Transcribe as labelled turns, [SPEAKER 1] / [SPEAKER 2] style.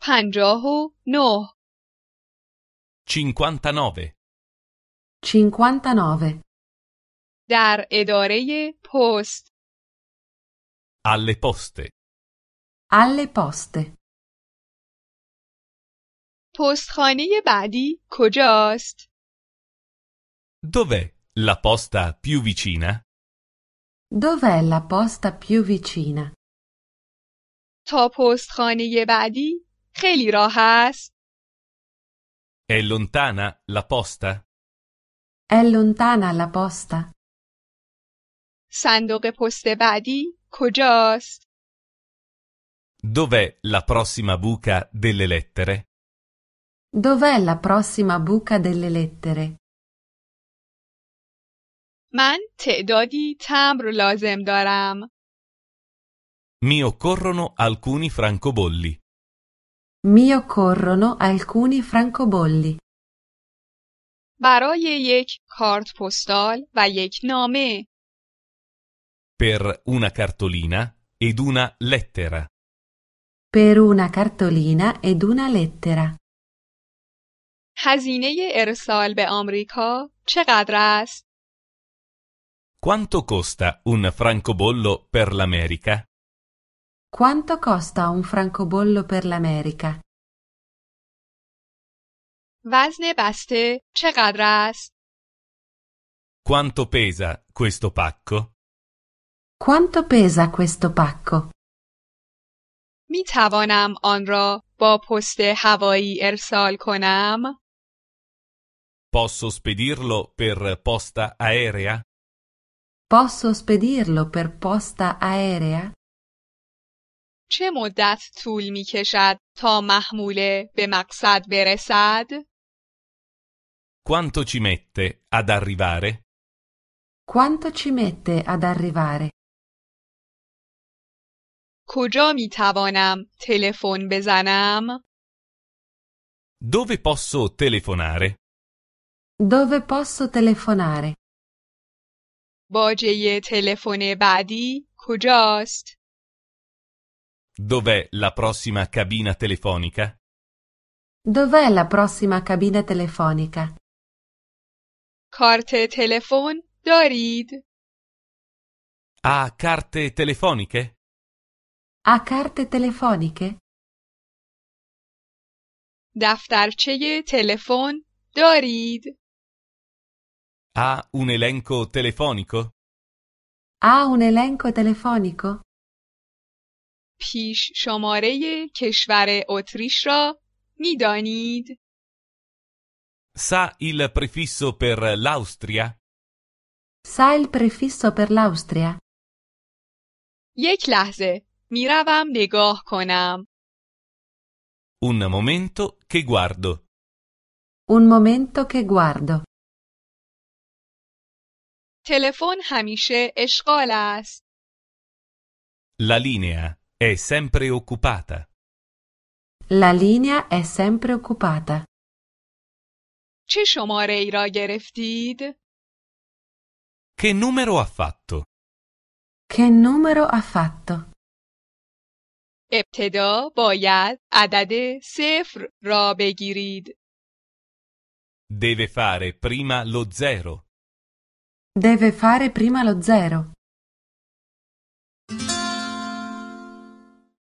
[SPEAKER 1] پنجاه و نه
[SPEAKER 2] 59.
[SPEAKER 3] 59.
[SPEAKER 1] در اداره پست
[SPEAKER 2] Alle poste.
[SPEAKER 3] Alle poste.
[SPEAKER 1] پستخانه بعدی کجاست؟
[SPEAKER 2] Dov'è la posta più vicina?
[SPEAKER 3] Dov'è la posta più vicina?
[SPEAKER 1] تا پستخانه بعدی خیلی راه است.
[SPEAKER 2] È lontana la posta?
[SPEAKER 3] È lontana la posta?
[SPEAKER 1] صندوق پست بعدی کجاست؟
[SPEAKER 2] Dov'è la prossima buca delle lettere?
[SPEAKER 3] Dov'è la prossima buca delle lettere?
[SPEAKER 1] من تعدادی تمبر لازم دارم.
[SPEAKER 2] Mi occorrono alcuni francobolli.
[SPEAKER 3] Mi occorrono alcuni francobolli
[SPEAKER 1] برای یک کارت پستال و یک نامه
[SPEAKER 2] Per una cartolina ed una lettera.
[SPEAKER 3] per una cartolina ed una lettera.
[SPEAKER 1] هزینه ارسال به آمریکا چقدر است؟
[SPEAKER 2] Quanto costa un francobollo per l'America?
[SPEAKER 3] Quanto costa un francobollo per l'America?
[SPEAKER 1] وزن بسته چقدر است؟
[SPEAKER 2] Quanto pesa questo pacco?
[SPEAKER 3] Quanto pesa questo pacco?
[SPEAKER 1] می توانم آن را با پست هوایی ارسال کنم؟
[SPEAKER 2] Posso spedirlo per posta aerea?
[SPEAKER 3] Posso spedirlo per posta aerea?
[SPEAKER 1] چه مدت طول می کشد تا محموله به مقصد برسد؟
[SPEAKER 2] Quanto ci mette ad arrivare?
[SPEAKER 3] Quanto ci mette ad arrivare?
[SPEAKER 1] کجا می توانم تلفن بزنم؟
[SPEAKER 2] Dove posso telefonare?
[SPEAKER 3] Dove posso telefonare?
[SPEAKER 1] باجه تلفن بعدی کجاست؟
[SPEAKER 2] Dov'è la prossima cabina telefonica?
[SPEAKER 3] Dov'è la prossima cabina telefonica?
[SPEAKER 1] کارت تلفن دارید؟
[SPEAKER 2] Ha carte telefoniche?
[SPEAKER 3] Ha carte telefoniche?
[SPEAKER 1] دفترچه تلفن دارید؟
[SPEAKER 2] Ha un elenco telefonico?
[SPEAKER 3] Ha un elenco telefonico?
[SPEAKER 1] پیش شماره کشور اتریش را می دانید؟
[SPEAKER 2] Sa il prefisso per l'Austria?
[SPEAKER 3] Sa il prefisso per l'Austria?
[SPEAKER 1] یک lehze, میروم نگاه کنم.
[SPEAKER 2] Un momento che guardo.
[SPEAKER 3] Un momento che guardo.
[SPEAKER 1] تلفن همیشه اشغال است.
[SPEAKER 2] La linea è sempre occupata.
[SPEAKER 3] La linea è sempre occupata.
[SPEAKER 1] چه شماره ای را گرفتید؟
[SPEAKER 2] Che numero ha fatto?
[SPEAKER 3] Che numero ha fatto?
[SPEAKER 1] ابتدا باید عدد صفر را بگیرید.
[SPEAKER 2] Deve fare prima lo zero.
[SPEAKER 3] Deve fare prima lo zero.